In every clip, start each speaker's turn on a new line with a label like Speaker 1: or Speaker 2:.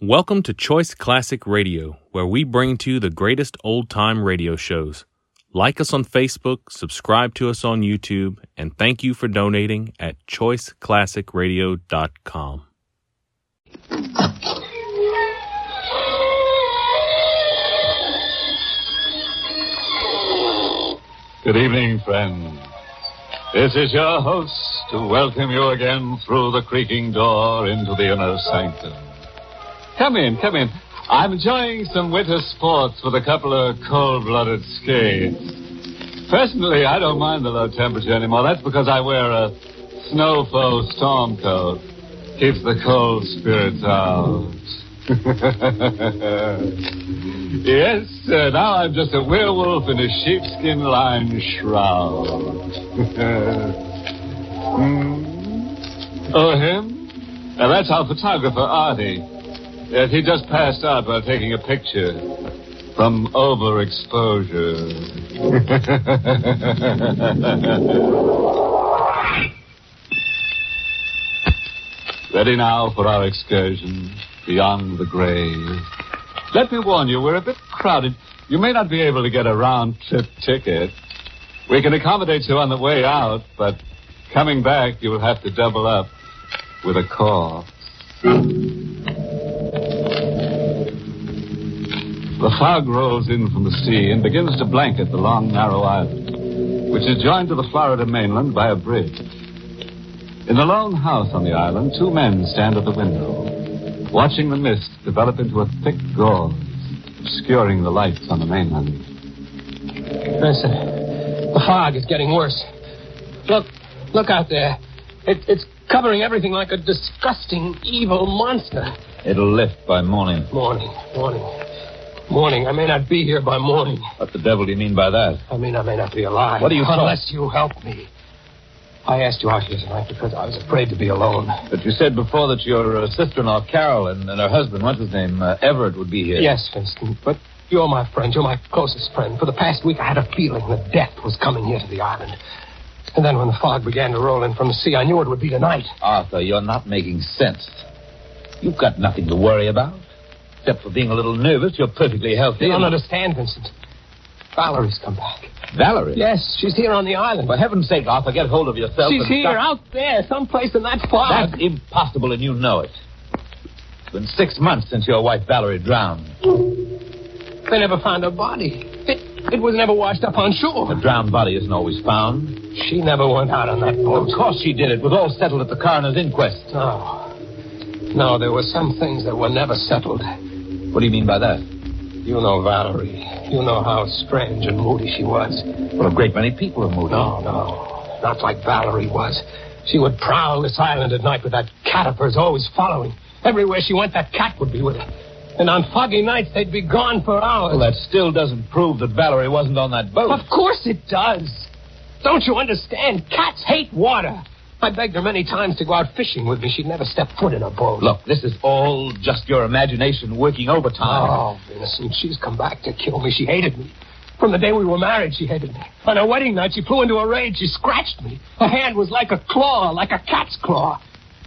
Speaker 1: Welcome to Choice Classic Radio, where we bring to you the greatest old time radio shows. Like us on Facebook, subscribe to us on YouTube, and thank you for donating at choiceclassicradio.com.
Speaker 2: Good evening, friend. This is your host to welcome you again through the creaking door into the inner sanctum. Come in, come in. I'm enjoying some winter sports with a couple of cold-blooded skates. Personally, I don't mind the low temperature anymore. That's because I wear a snow foe storm coat. Keeps the cold spirits out. Yes, sir. Now I'm just a werewolf in a sheepskin lined shroud. Hmm? Oh, him? Now, that's our photographer, Artie. Yes, he just passed out while taking a picture from overexposure. Ready now for our excursion beyond the grave. Let me warn you, we're a bit crowded. You may not be able to get a round trip ticket. We can accommodate you on the way out, but coming back, you'll have to double up with a call. The fog rolls in from the sea and begins to blanket the long, narrow island, which is joined to the Florida mainland by a bridge. In the lone house on the island, two men stand at the window, watching the mist develop into a thick gauze, obscuring the lights on the mainland.
Speaker 3: Listen, the fog is getting worse. Look, look out there. It, it's covering everything like a disgusting, evil monster.
Speaker 2: It'll lift by morning.
Speaker 3: Morning, morning, morning. I may not be here by morning.
Speaker 2: What the devil do you mean by that?
Speaker 3: I mean, I may not be alive.
Speaker 2: What do you talk-
Speaker 3: Unless you help me. I asked you out here tonight because I was afraid to be alone.
Speaker 2: But you said before that your uh, sister-in-law, Carol, and, and her husband, what's his name, uh, Everett, would be here.
Speaker 3: Yes, Winston, but you're my friend. You're my closest friend. For the past week, I had a feeling that death was coming here to the island. And then when the fog began to roll in from the sea, I knew it would be tonight.
Speaker 2: Arthur, you're not making sense. You've got nothing to worry about. Except for being a little nervous, you're perfectly healthy.
Speaker 3: You
Speaker 2: and-
Speaker 3: don't understand, Vincent. Valerie's come back.
Speaker 2: Valerie?
Speaker 3: Yes, she's here on the island.
Speaker 2: For heaven's sake, Arthur, get hold of yourself.
Speaker 3: she's
Speaker 2: and
Speaker 3: here,
Speaker 2: stop-
Speaker 3: out there, someplace in that fog.
Speaker 2: That's impossible, and you know it. It's been six months since your wife Valerie drowned.
Speaker 3: They never found her body. It, it was never washed up on
Speaker 2: A
Speaker 3: shore.
Speaker 2: drowned body isn't always found.
Speaker 3: She never went out on that boat.
Speaker 2: Of course she did. It was all settled at the coroner's inquest.
Speaker 3: No. No, there were some things that were never settled.
Speaker 2: What do you mean by that?
Speaker 3: You know Valerie. You know how strange and moody she was.
Speaker 2: Well, a great many people are moving.
Speaker 3: No, no. Not like Valerie was. She would prowl this island at night with that cat of hers always following. Everywhere she went, that cat would be with her. And on foggy nights, they'd be gone for hours.
Speaker 2: Well, that still doesn't prove that Valerie wasn't on that boat.
Speaker 3: Of course it does. Don't you understand? Cats hate water. I begged her many times to go out fishing with me. She'd never step foot in a boat.
Speaker 2: Look, this is all just your imagination working overtime.
Speaker 3: Oh, Vincent, she's come back to kill me. She hated me. From the day we were married, she hated me. On her wedding night, she flew into a rage. She scratched me. Her hand was like a claw, like a cat's claw.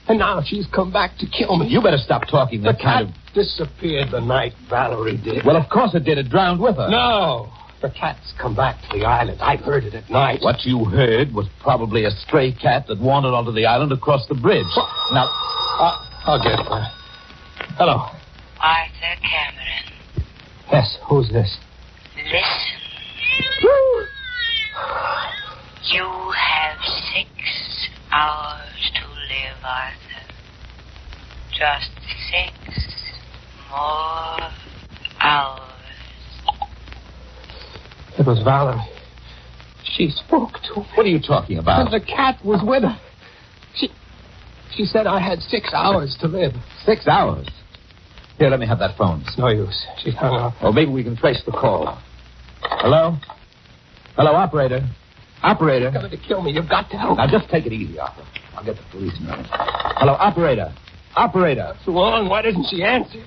Speaker 3: And now she's come back to kill me.
Speaker 2: You better stop talking
Speaker 3: the
Speaker 2: that kind
Speaker 3: cat
Speaker 2: of.
Speaker 3: disappeared the night Valerie did.
Speaker 2: Well, of course it did. It drowned with her.
Speaker 3: no. The cat's come back to the island. I've heard it at night.
Speaker 2: What you heard was probably a stray cat that wandered onto the island across the bridge. Now,
Speaker 3: Uh, I'll get it. uh, Hello.
Speaker 4: Arthur Cameron,
Speaker 3: Yes, who's this?
Speaker 4: listen. You have six hours to live, Arthur. Just six more hours.
Speaker 3: It was Valerie. She spoke to me.
Speaker 2: what are you talking about?
Speaker 3: the cat was with her. She, she said I had six hours to live.
Speaker 2: Six hours. Here, let me have that phone.
Speaker 3: No use. She hung up.
Speaker 2: Or maybe we can trace the call. Hello? Hello, operator. Operator.
Speaker 3: You're going to kill me. You've got to help.
Speaker 2: Now, just take it easy, Arthur. I'll get the police in a minute. Hello, operator. Operator.
Speaker 3: That's wrong. Why didn't she answer?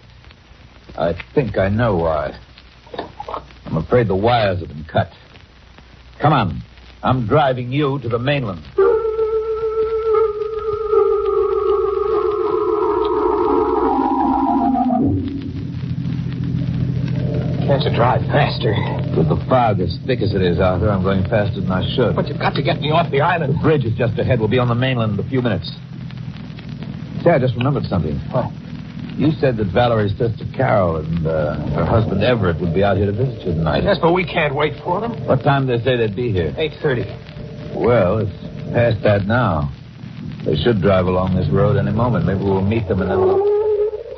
Speaker 2: I think I know why. I'm afraid the wires have been cut. Come on. I'm driving you to the mainland.
Speaker 3: have to drive faster.
Speaker 2: With the fog as thick as it is, Arthur, I'm going faster than I should.
Speaker 3: But you've got to get me off the island.
Speaker 2: The bridge is just ahead. We'll be on the mainland in a few minutes. Say, I just remembered something.
Speaker 3: What?
Speaker 2: You said that Valerie's sister Carol and uh, her husband Everett would be out here to visit you tonight.
Speaker 3: Yes, but we can't wait for them.
Speaker 2: What time did they say they'd be here?
Speaker 3: 8.30.
Speaker 2: Well, it's past that now. They should drive along this road any moment. Maybe we'll meet them and then we'll...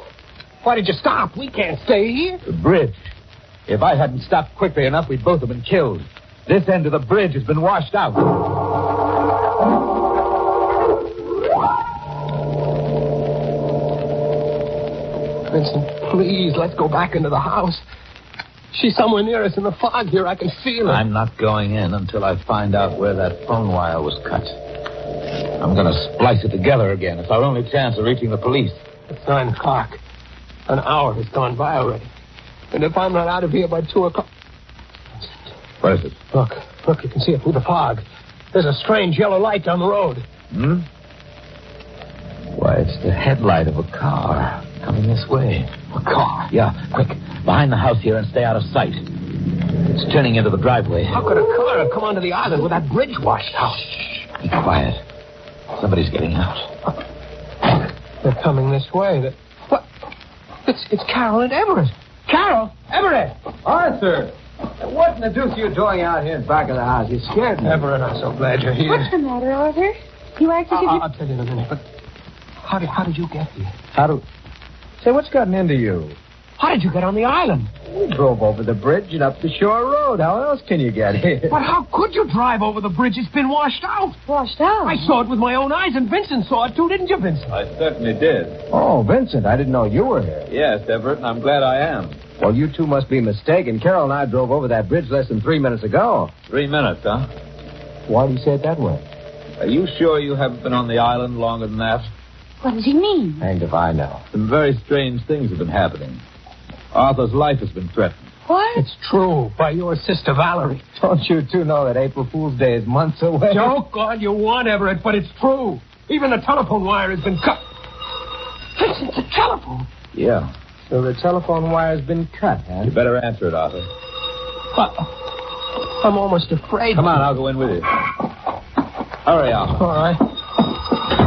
Speaker 3: Why did you stop? We can't stay here.
Speaker 2: The bridge. If I hadn't stopped quickly enough, we'd both have been killed. This end of the bridge has been washed out.
Speaker 3: Vincent, please, let's go back into the house. She's somewhere near us in the fog here. I can feel her.
Speaker 2: I'm not going in until I find out where that phone wire was cut. I'm going to splice it together again. It's our only chance of reaching the police.
Speaker 3: It's nine o'clock. An hour has gone by already. And if I'm not out of here by two o'clock.
Speaker 2: What is it?
Speaker 3: Look, look, you can see it through the fog. There's a strange yellow light down the road.
Speaker 2: Hmm? Why, it's the headlight of a car coming this way.
Speaker 3: A car.
Speaker 2: Yeah, quick. Behind the house here and stay out of sight. It's turning into the driveway.
Speaker 3: How could a car have come onto the island with that bridge washed out?
Speaker 2: Be quiet. Somebody's getting out.
Speaker 3: They're coming this way. They- What? It's, it's Carol and Everett. Carol! Everett!
Speaker 2: Arthur! What in the deuce are you doing out here in back of the house? You scared me.
Speaker 3: Everett, I'm so glad you're here.
Speaker 5: What's the matter, Arthur? You acted
Speaker 3: I'll,
Speaker 5: as
Speaker 3: I'll tell you in a minute, but how did, how did you get here?
Speaker 2: How do... Say, what's gotten into you?
Speaker 3: How did you get on the island?
Speaker 2: We drove over the bridge and up the shore road. How else can you get here?
Speaker 3: But how could you drive over the bridge? It's been washed out.
Speaker 5: if washed out.
Speaker 3: I saw it with my own eyes, and Vincent saw it too, didn't you, Vincent?
Speaker 6: I certainly did.
Speaker 2: Oh, Vincent, I didn't know you were here.
Speaker 6: Yes, Everett, and I'm glad I am.
Speaker 2: Well, you two must be mistaken. Carol and I drove over that bridge less than three minutes ago.
Speaker 6: Three minutes, huh?
Speaker 2: Why do you say it that way?
Speaker 6: Are you sure you haven't been on the island longer than that?
Speaker 5: What does he mean?
Speaker 2: Hanged if I know.
Speaker 6: Some very strange things have been happening. Arthur's life has been threatened.
Speaker 5: What?
Speaker 3: It's true, by your sister Valerie.
Speaker 2: Don't you two know that April Fool's Day is months away?
Speaker 3: Joke all you want, Everett, but it's true. Even the telephone wire has been cut. Vincent, the telephone.
Speaker 2: Yeah. So the telephone wire's been cut, huh?
Speaker 6: You better answer it, Arthur.
Speaker 3: But Uh, I'm almost afraid.
Speaker 6: Come on, I'll go in with you. Hurry, Arthur.
Speaker 3: All right.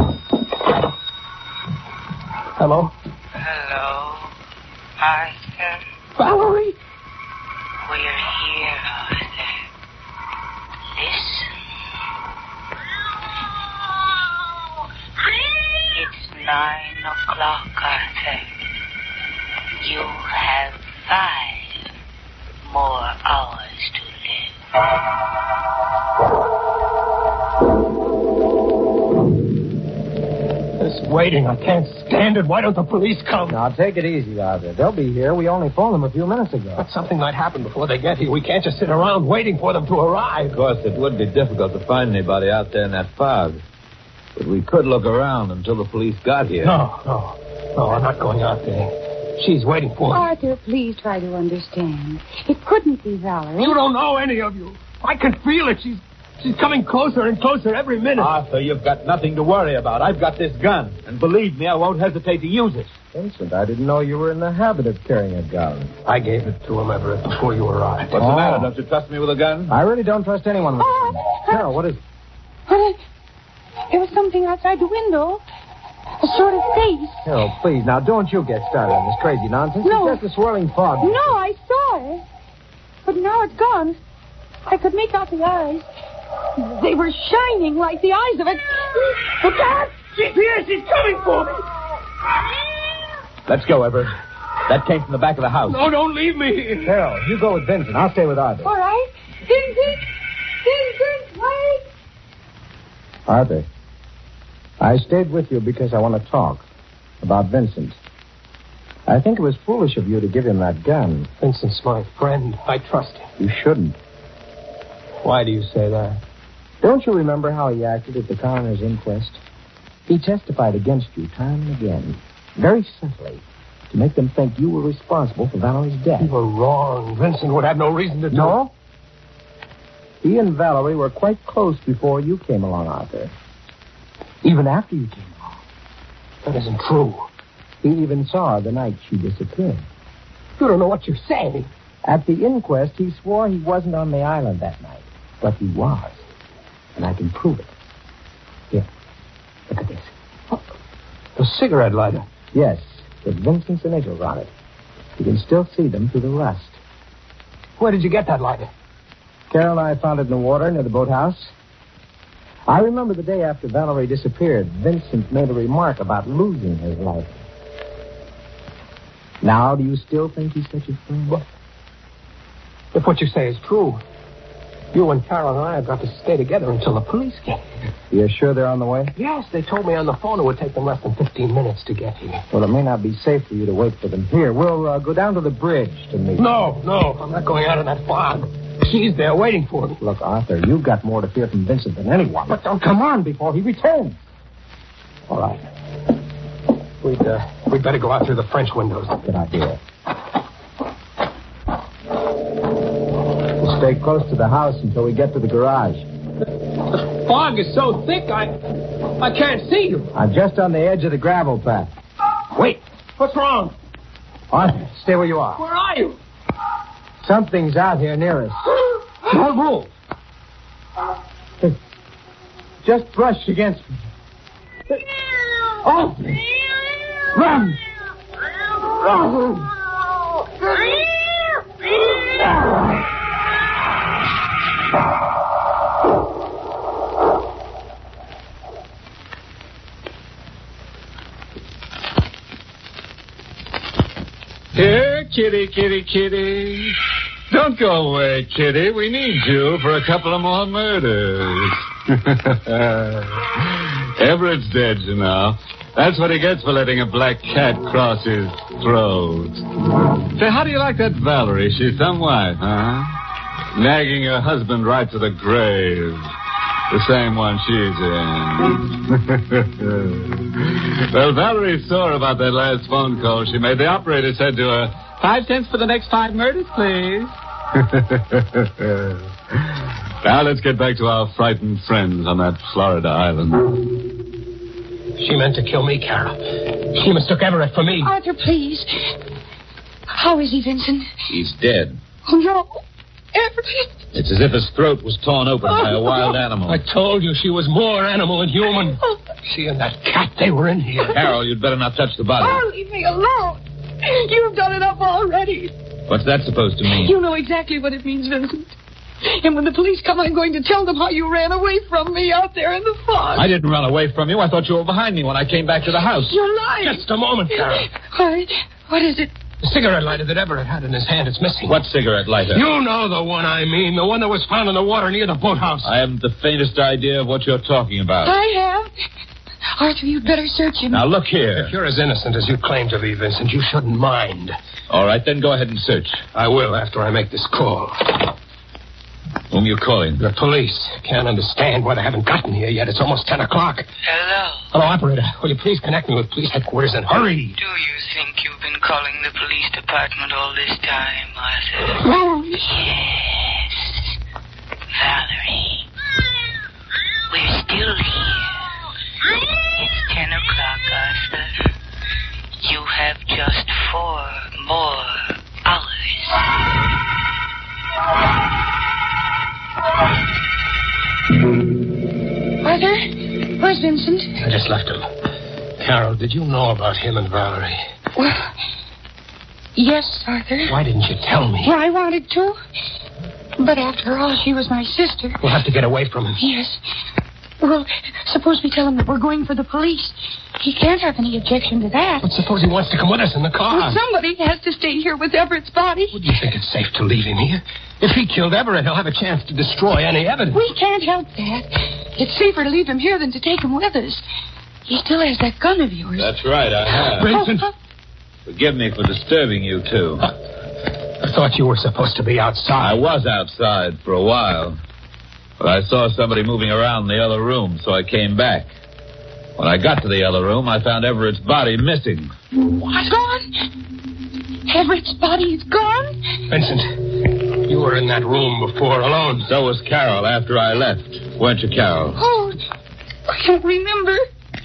Speaker 3: Hello?
Speaker 4: Hello, Arthur.
Speaker 3: Valerie?
Speaker 4: We're here, Arthur. Listen. It's nine o'clock, Arthur. You have five more hours to live.
Speaker 3: This waiting, I can't stand it. Why don't the police come?
Speaker 2: Now, take it easy, Arthur. They'll be here. We only phoned them a few minutes ago.
Speaker 3: But something might happen before they get here. We can't just sit around waiting for them to arrive.
Speaker 6: Of course, it would be difficult to find anybody out there in that fog. But we could look around until the police got here.
Speaker 3: No, no, no, I'm not going out there. She's waiting for me.
Speaker 5: Arthur, please try to understand. It couldn't be Valerie.
Speaker 3: You don't know any of you. I can feel it. She's she's coming closer and closer every minute.
Speaker 6: Arthur, you've got nothing to worry about. I've got this gun. And believe me, I won't hesitate to use it.
Speaker 2: Vincent, I didn't know you were in the habit of carrying a gun.
Speaker 3: I gave it to him, Everett, before you arrived.
Speaker 6: What's
Speaker 2: Oh.
Speaker 6: the matter? Don't you trust me with a gun?
Speaker 2: I really don't trust anyone with a gun. Carol, what is
Speaker 5: What? There was something outside the window. A sort of face.
Speaker 2: Carol, please, now don't you get started on this crazy nonsense.
Speaker 5: No.
Speaker 2: It's just a swirling fog.
Speaker 5: No, I saw it. But now it's gone. I could make out the eyes. They were shining like the eyes of a. A cat!
Speaker 3: Here, she's coming for me.
Speaker 2: Let's go, Everett. That came from the back of the house.
Speaker 3: No, don't leave me here.
Speaker 2: Carol, you go with Vincent. I'll stay with Arthur.
Speaker 5: All right. Vincent! Vincent, wait!
Speaker 2: Arthur, I stayed with you because I want to talk about Vincent. I think it was foolish of you to give him that gun.
Speaker 3: Vincent's my friend. I trust him.
Speaker 2: You shouldn't.
Speaker 3: Why do you say that?
Speaker 2: Don't you remember how he acted at the coroner's inquest? He testified against you time and again, very subtly, to make them think you were responsible for Valerie's death.
Speaker 3: You were wrong. Vincent would have no reason to do it.
Speaker 2: No? He and Valerie were quite close before you came along, Arthur. Even after you came along.
Speaker 3: That isn't true.
Speaker 2: He even saw her the night she disappeared.
Speaker 3: You don't know what you're saying.
Speaker 6: At the inquest, he swore he wasn't on the island that night, but he was. And I can prove it. Here, look at this.
Speaker 3: A cigarette lighter.
Speaker 6: Yes, with Vincent's initials on it. You can still see them through the rust.
Speaker 3: Where did you get that lighter?
Speaker 6: Carol and I found it in the water near the boathouse. I remember the day after Valerie disappeared, Vincent made a remark about losing his life. Now, do you still think he's such a fool?
Speaker 3: If what you say is true, you and Carol and I have got to stay together until the police get here.
Speaker 6: You're sure they're on the way?
Speaker 3: Yes, they told me on the phone it would take them less than 15 minutes to get here.
Speaker 6: Well, it may not be safe for you to wait for them here. We'll uh, go down to the bridge to meet. them.
Speaker 3: No, no, I'm not going out in that fog. She's there waiting for me.
Speaker 6: Look, Arthur, you've got more to fear from Vincent than anyone.
Speaker 3: But don't come on before he returns.
Speaker 6: All right,
Speaker 3: We'd, uh, we'd better go out through the French windows.
Speaker 6: good idea. We'll stay close to the house until we get to the garage.
Speaker 3: The fog is so thick, I, I can't see you.
Speaker 6: I'm just on the edge of the gravel path.
Speaker 3: Wait. What's wrong?
Speaker 6: Arthur, stay where you are.
Speaker 3: Where are you?
Speaker 6: Something's out here near us.
Speaker 3: Don't move.
Speaker 6: Just brushed against me. Oh! Run! Run!
Speaker 2: Here, kitty, kitty, kitty. Don't go away, kitty. We need you for a couple of more murders. Everett's dead, you know. That's what he gets for letting a black cat cross his throat. Say, how do you like that Valerie? She's some wife, huh? Nagging her husband right to the grave. The same one she's in. well, Valerie saw about that last phone call she made. The operator said to her, Five cents for the next five murders, please. now let's get back to our frightened friends on that Florida island.
Speaker 3: She meant to kill me, Carol. She mistook Everett for me.
Speaker 5: Arthur, please. How is he, Vincent?
Speaker 7: He's dead.
Speaker 5: Oh, no. Everett.
Speaker 7: It's as if his throat was torn open by a wild animal.
Speaker 3: I told you she was more animal than human.
Speaker 5: Oh,
Speaker 3: She and that cat, they were in here.
Speaker 7: Carol, you'd better not touch the body.
Speaker 5: oh, leave me alone. You've done enough already.
Speaker 7: What's that supposed to mean?
Speaker 5: You know exactly what it means, Vincent. And when the police come, I'm going to tell them how you ran away from me out there in the fog.
Speaker 7: I didn't run away from you. I thought you were behind me when I came back to the house.
Speaker 5: You're lying.
Speaker 3: Just a moment, Carol.
Speaker 5: What? What is it?
Speaker 3: The cigarette lighter that Everett had in his hand is missing.
Speaker 7: What cigarette lighter?
Speaker 3: You know the one I mean, the one that was found in the water near the boathouse.
Speaker 7: I haven't the faintest idea of what you're talking about.
Speaker 5: I have. Arthur, you'd better search him.
Speaker 7: Now look here.
Speaker 3: If you're as innocent as you claim to be, Vincent, you shouldn't mind.
Speaker 7: All right, then go ahead and search.
Speaker 3: I will after I make this call.
Speaker 7: Whom you calling?
Speaker 3: The police can't understand why they haven't gotten here yet. It's almost 10 o'clock.
Speaker 4: Hello.
Speaker 3: Hello, operator. Will you please connect me with police headquarters and hurry?
Speaker 4: Do you think you've been calling the police department all this time, Arthur? Yes. Valerie. We're still here. It's ten o'clock, Arthur. You have just four more hours.
Speaker 5: Arthur? Where's Vincent?
Speaker 3: I just left him. Carol, did you know about him and Valerie?
Speaker 5: Well, yes, Arthur.
Speaker 3: Why didn't you tell me?
Speaker 5: Well, I wanted to. But after all, she was my sister.
Speaker 3: We'll have to get away from him.
Speaker 5: Yes. Well, suppose we tell him that we're going for the police. He can't have any objection to that.
Speaker 3: But suppose he wants to come with us in the car.
Speaker 5: Well, somebody has to stay here with Everett's body.
Speaker 3: Do you think it's safe to leave him here? If he killed Everett, he'll have a chance to destroy any evidence.
Speaker 5: We can't help that. It's safer to leave him here than to take him with us. He still has that gun of yours.
Speaker 7: That's right, I have.
Speaker 3: Vincent,
Speaker 5: Oh,
Speaker 7: Forgive me for disturbing you two.
Speaker 3: I thought you were supposed to be
Speaker 7: I
Speaker 3: outside.
Speaker 7: was outside for a while, but I saw somebody moving around in the other room, so I came back. When I got to the other room, I found Everett's body missing.
Speaker 5: what? Gone? Everett's body is gone?
Speaker 3: Vincent, you were in that room before alone.
Speaker 7: So was Carol after I left. Weren't you, Carol?
Speaker 5: Oh, I don't remember.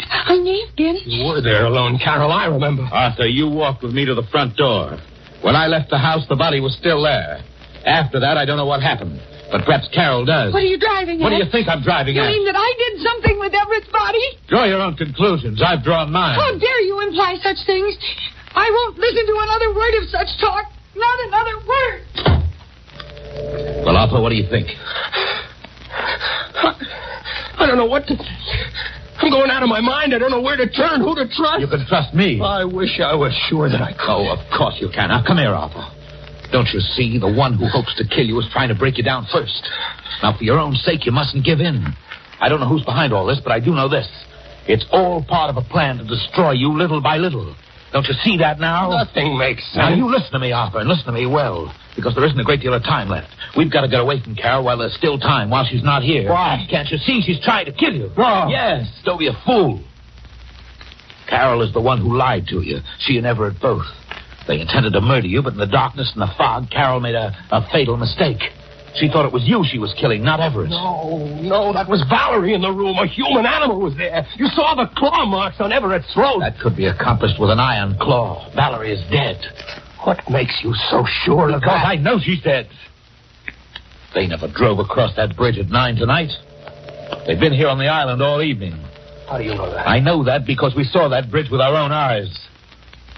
Speaker 5: I named him.
Speaker 3: You were there alone, Carol. I remember.
Speaker 7: Arthur, you walked with me to the front door.
Speaker 2: When I left the house, the body was still there. After that, I don't know what happened. But perhaps Carol does.
Speaker 5: What are you driving
Speaker 2: What
Speaker 5: at?
Speaker 2: do you think I'm driving
Speaker 5: You
Speaker 2: at?
Speaker 5: mean that I did something with Everett's body?
Speaker 2: Draw your own conclusions. I've drawn mine.
Speaker 5: How dare you imply such things? I won't listen to another word of such talk. Not another word.
Speaker 2: Well, Alpha, what do you think?
Speaker 3: I don't know what to. I'm going out of my mind. I don't know where to turn, who to trust.
Speaker 2: You can trust me.
Speaker 3: I wish I was sure that I could.
Speaker 2: Oh, of course you can. Now, come here, Alpha. Don't you see? The one who hopes to kill you is trying to break you down first. Now, for your own sake, you mustn't give in. I don't know who's behind all this, but I do know this. It's all part of a plan to destroy you little by little. Don't you see that now?
Speaker 3: Nothing makes
Speaker 2: Now,
Speaker 3: sense.
Speaker 2: you listen to me, Arthur, and listen to me well, because there isn't a great deal of time left. We've got to get away from Carol while there's still time, while she's not here.
Speaker 3: Why?
Speaker 2: Can't you see she's trying to kill you?
Speaker 3: No.
Speaker 2: Yes, don't be a fool. Carol is the one who lied to you, she and Everett both. They intended to murder you, but in the darkness and the fog, Carol made a, a fatal mistake. She thought it was you she was killing, not Everett.
Speaker 3: No, no, that was Valerie in the room. A human animal was there. You saw the claw marks on Everett's throat.
Speaker 2: That could be accomplished with an iron claw. Valerie is dead.
Speaker 3: What makes you so sure of that?
Speaker 2: I know she's dead. They never drove across that bridge at nine tonight. They've been here on the island all evening.
Speaker 3: How do you know that?
Speaker 2: I know that because we saw that bridge with our own eyes.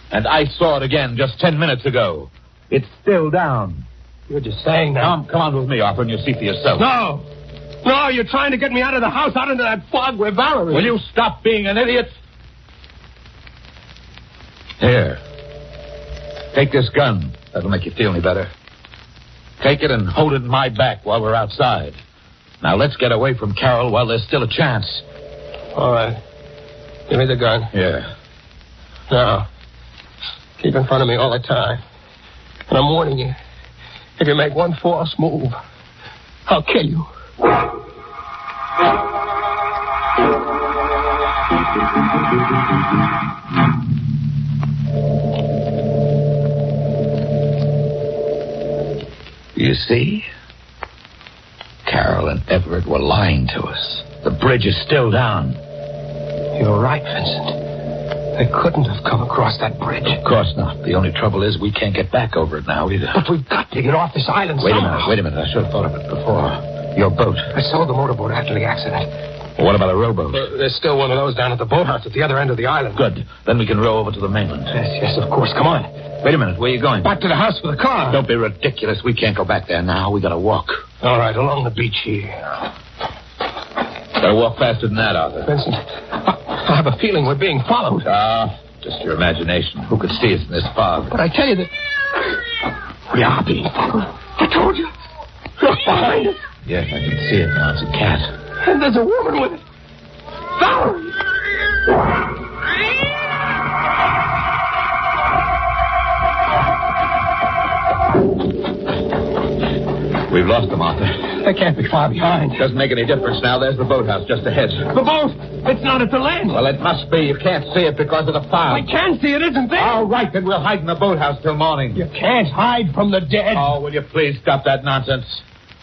Speaker 2: And I saw it again just ten minutes ago. It's still down.
Speaker 3: You're just saying that.
Speaker 2: Come, come on with me, Arthur, and you'll see for yourself.
Speaker 3: No. No, you're trying to get me out of the house, out into that fog where Valerie.
Speaker 2: Will you stop being an idiot? Here. Take this gun. That'll make you feel any better. Take it and hold it in my back while we're outside. Now let's get away from Carol while there's still a chance.
Speaker 3: All right. Give me the gun.
Speaker 2: Yeah.
Speaker 3: No. Keep in front of me all the time. And I'm warning you. If you make one false move, I'll kill you.
Speaker 2: You see? Carol and Everett were lying to us. The bridge is still down.
Speaker 3: You're right, Vincent. They couldn't have come across that bridge.
Speaker 2: Of course not. The only trouble is we can't get back over it now either.
Speaker 3: But we've got to get off this island
Speaker 2: Wait a
Speaker 3: somehow.
Speaker 2: minute. Wait a minute. I should have thought of it before. Your boat.
Speaker 3: I sold the motorboat after the accident.
Speaker 2: Well, what about a rowboat?
Speaker 3: There's still one of those down at the boathouse at the other end of the island.
Speaker 2: Good. Then we can row over to the mainland.
Speaker 3: Yes, yes, of course. Come on.
Speaker 2: Wait a minute. Where are you going?
Speaker 3: Back to the house for the car.
Speaker 2: Don't be ridiculous. We can't go back there now. We gotta walk.
Speaker 3: All right, along the beach here.
Speaker 2: Gotta walk faster than that, Arthur.
Speaker 3: Vincent, I, I have a feeling we're being followed.
Speaker 2: Ah, just your imagination. Who could see us in this fog?
Speaker 3: But I tell you that. We are being followed. I told you. Look behind us.
Speaker 2: Yes, I can see it now. It's a cat.
Speaker 3: And there's a woman with it. Valerie!
Speaker 2: We've lost them, Arthur.
Speaker 3: They can't be far behind.
Speaker 2: Doesn't make any difference now. There's the boathouse just ahead.
Speaker 3: The boat! It's not at the land.
Speaker 2: Well, it must be. You can't see it because of the
Speaker 3: I
Speaker 2: fog.
Speaker 3: can see it isn't there.
Speaker 2: All right, then we'll hide in the boathouse till morning.
Speaker 3: You can't hide from the dead.
Speaker 2: Oh, will you please stop that nonsense?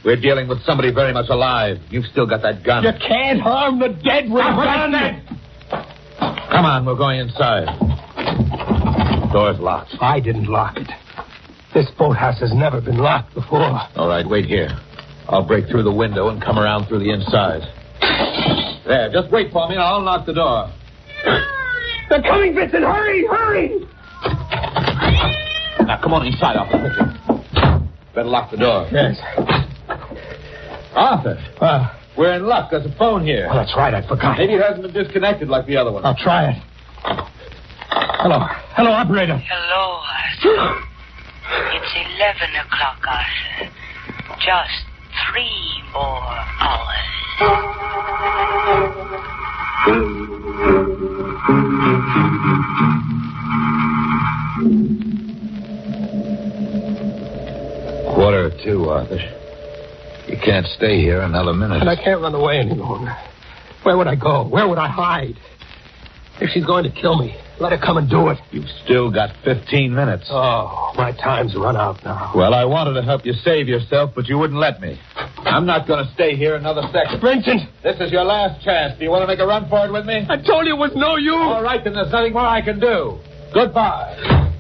Speaker 2: We're dealing with somebody very much alive. You've still got that gun.
Speaker 3: You can't harm the dead. We're on that.
Speaker 2: Come on, we're going inside. Door's locked.
Speaker 3: I didn't lock it. This boathouse has never been locked before.
Speaker 2: All right, wait here. I'll break through the window and come around through the inside. There, just wait for me and I'll unlock the door.
Speaker 3: They're coming, Vincent. Hurry, hurry.
Speaker 2: Now, come on inside, Arthur. Better lock the door.
Speaker 3: Yes.
Speaker 2: Arthur,
Speaker 3: Well,
Speaker 2: we're in luck. There's a phone here.
Speaker 3: well, that's right. I forgot.
Speaker 2: Maybe it hasn't been disconnected like the other one.
Speaker 3: I'll try it. Hello. Hello, operator.
Speaker 4: Hello, Arthur. It's 11 o'clock, Arthur. Just three more hours.
Speaker 2: Quarter to two, Arthur. You can't stay here another minute.
Speaker 3: And I can't run away any longer. Where would I go? Where would I hide? If she's going to kill me, let her come and do it.
Speaker 2: You've still got 15 minutes.
Speaker 3: Oh, my time's run out now.
Speaker 2: Well, I wanted to help you save yourself, but you wouldn't let me. I'm not going to stay here another second.
Speaker 3: Vincent,
Speaker 2: This is your last chance. Do you want to make a run for it with me?
Speaker 3: I told you it was no use.
Speaker 2: All right, then there's nothing more I can do. Goodbye.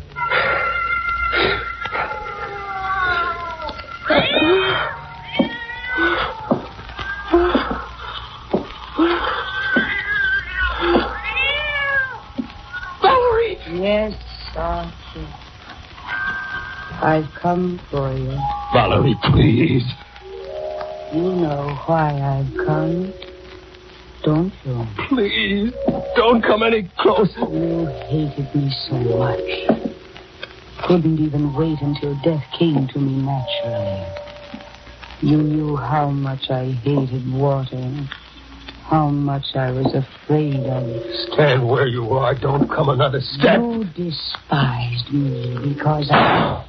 Speaker 4: I've come for you.
Speaker 2: Valerie, please.
Speaker 4: You know why I've come, don't you?
Speaker 3: Please, don't come any closer.
Speaker 4: You hated me so much. Couldn't even wait until death came to me naturally. You knew how much I hated water, how much I was afraid of.
Speaker 3: Stand where you are. Don't come another step.
Speaker 4: You despised me because I.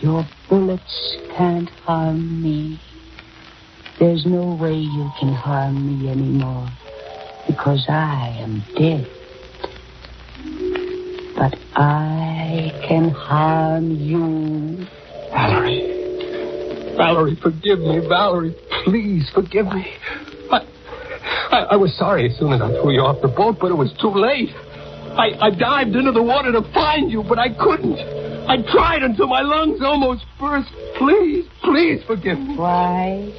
Speaker 4: Your bullets can't harm me. There's no way you can harm me anymore because I am dead. But I can harm you.
Speaker 3: Valerie. Valerie, forgive me. Valerie, please forgive me. I, I, I was sorry as soon as I threw you off the boat, but it was too late. I, I dived into the water to find you, but I couldn't. I tried until my lungs almost burst. Please, please forgive me.
Speaker 4: Why?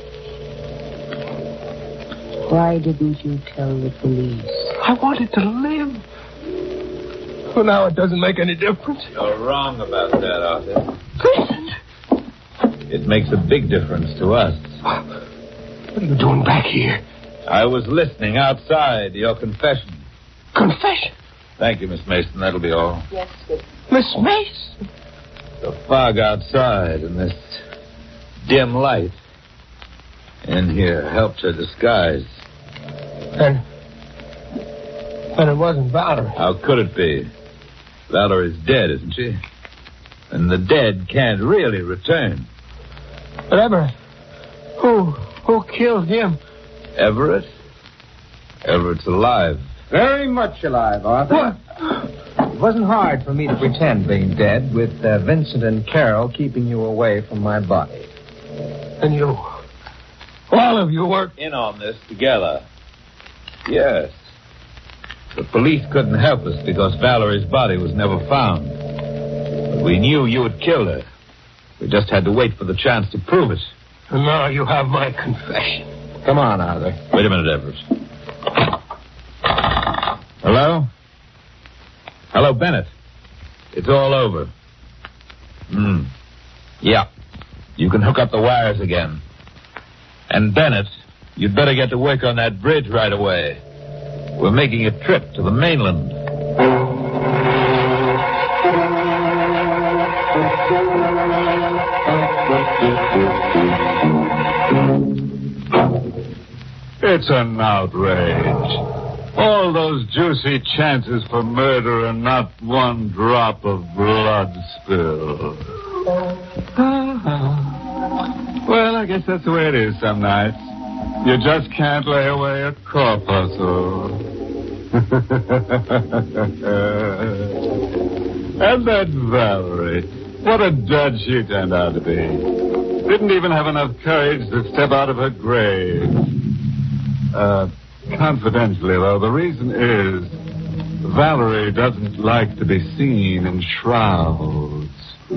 Speaker 4: Why didn't you tell the police?
Speaker 3: I wanted to live. For now, it doesn't make any difference.
Speaker 8: You're wrong about that, Arthur. It makes a big difference to us.
Speaker 3: What are you doing back here?
Speaker 8: I was listening outside your confession.
Speaker 3: Confession.
Speaker 8: Thank you, Miss Mason. That'll be all.
Speaker 4: Yes, sir.
Speaker 3: Miss Mason.
Speaker 8: The fog outside and this dim light in here helped her disguise.
Speaker 3: And, and it wasn't Valerie.
Speaker 8: How could it be? Valerie's dead, isn't she? And the dead can't really return.
Speaker 3: But Everett, who, who killed him?
Speaker 8: Everett? Everett's alive.
Speaker 9: Very much alive, Arthur. It wasn't hard for me to pretend being dead with uh, Vincent and Carol keeping you away from my body.
Speaker 3: And you. All of you were.
Speaker 8: in on this together. Yes. The police couldn't help us because Valerie's body was never found. But we knew you had killed her. We just had to wait for the chance to prove it.
Speaker 3: And now you have my confession.
Speaker 9: Come on, Arthur.
Speaker 8: Wait a minute, Everett. Hello? Hello, Bennett. It's all over. Hmm. Yeah. You can hook up the wires again. And Bennett, you'd better get to work on that bridge right away. We're making a trip to the mainland.
Speaker 2: It's an outrage. All those juicy chances for murder and not one drop of blood spilled. Ah. well, I guess that's the way it is some nights. You just can't lay away a corpuscle. and that Valerie. What a dud she turned out to be. Didn't even have enough courage to step out of her grave. Uh, confidentially, though, the reason is Valerie doesn't like to be seen in shrouds.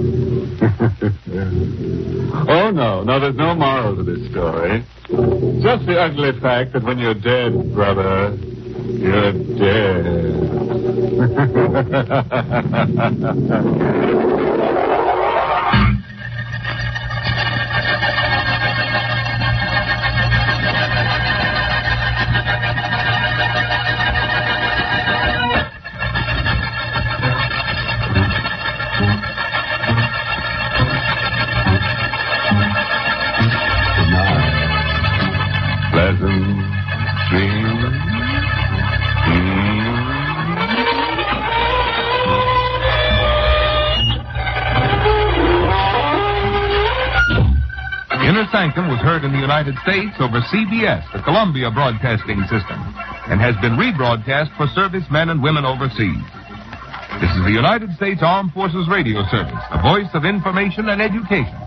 Speaker 2: oh, no. No, there's no moral to this story. Just the ugly fact that when you're dead, brother, you're dead. Pleasant dreams.
Speaker 10: Inner Sanctum was heard in the United States over CBS, the Columbia Broadcasting System, and has been rebroadcast for servicemen and women overseas. This is the United States Armed Forces Radio Service, the voice of information and education.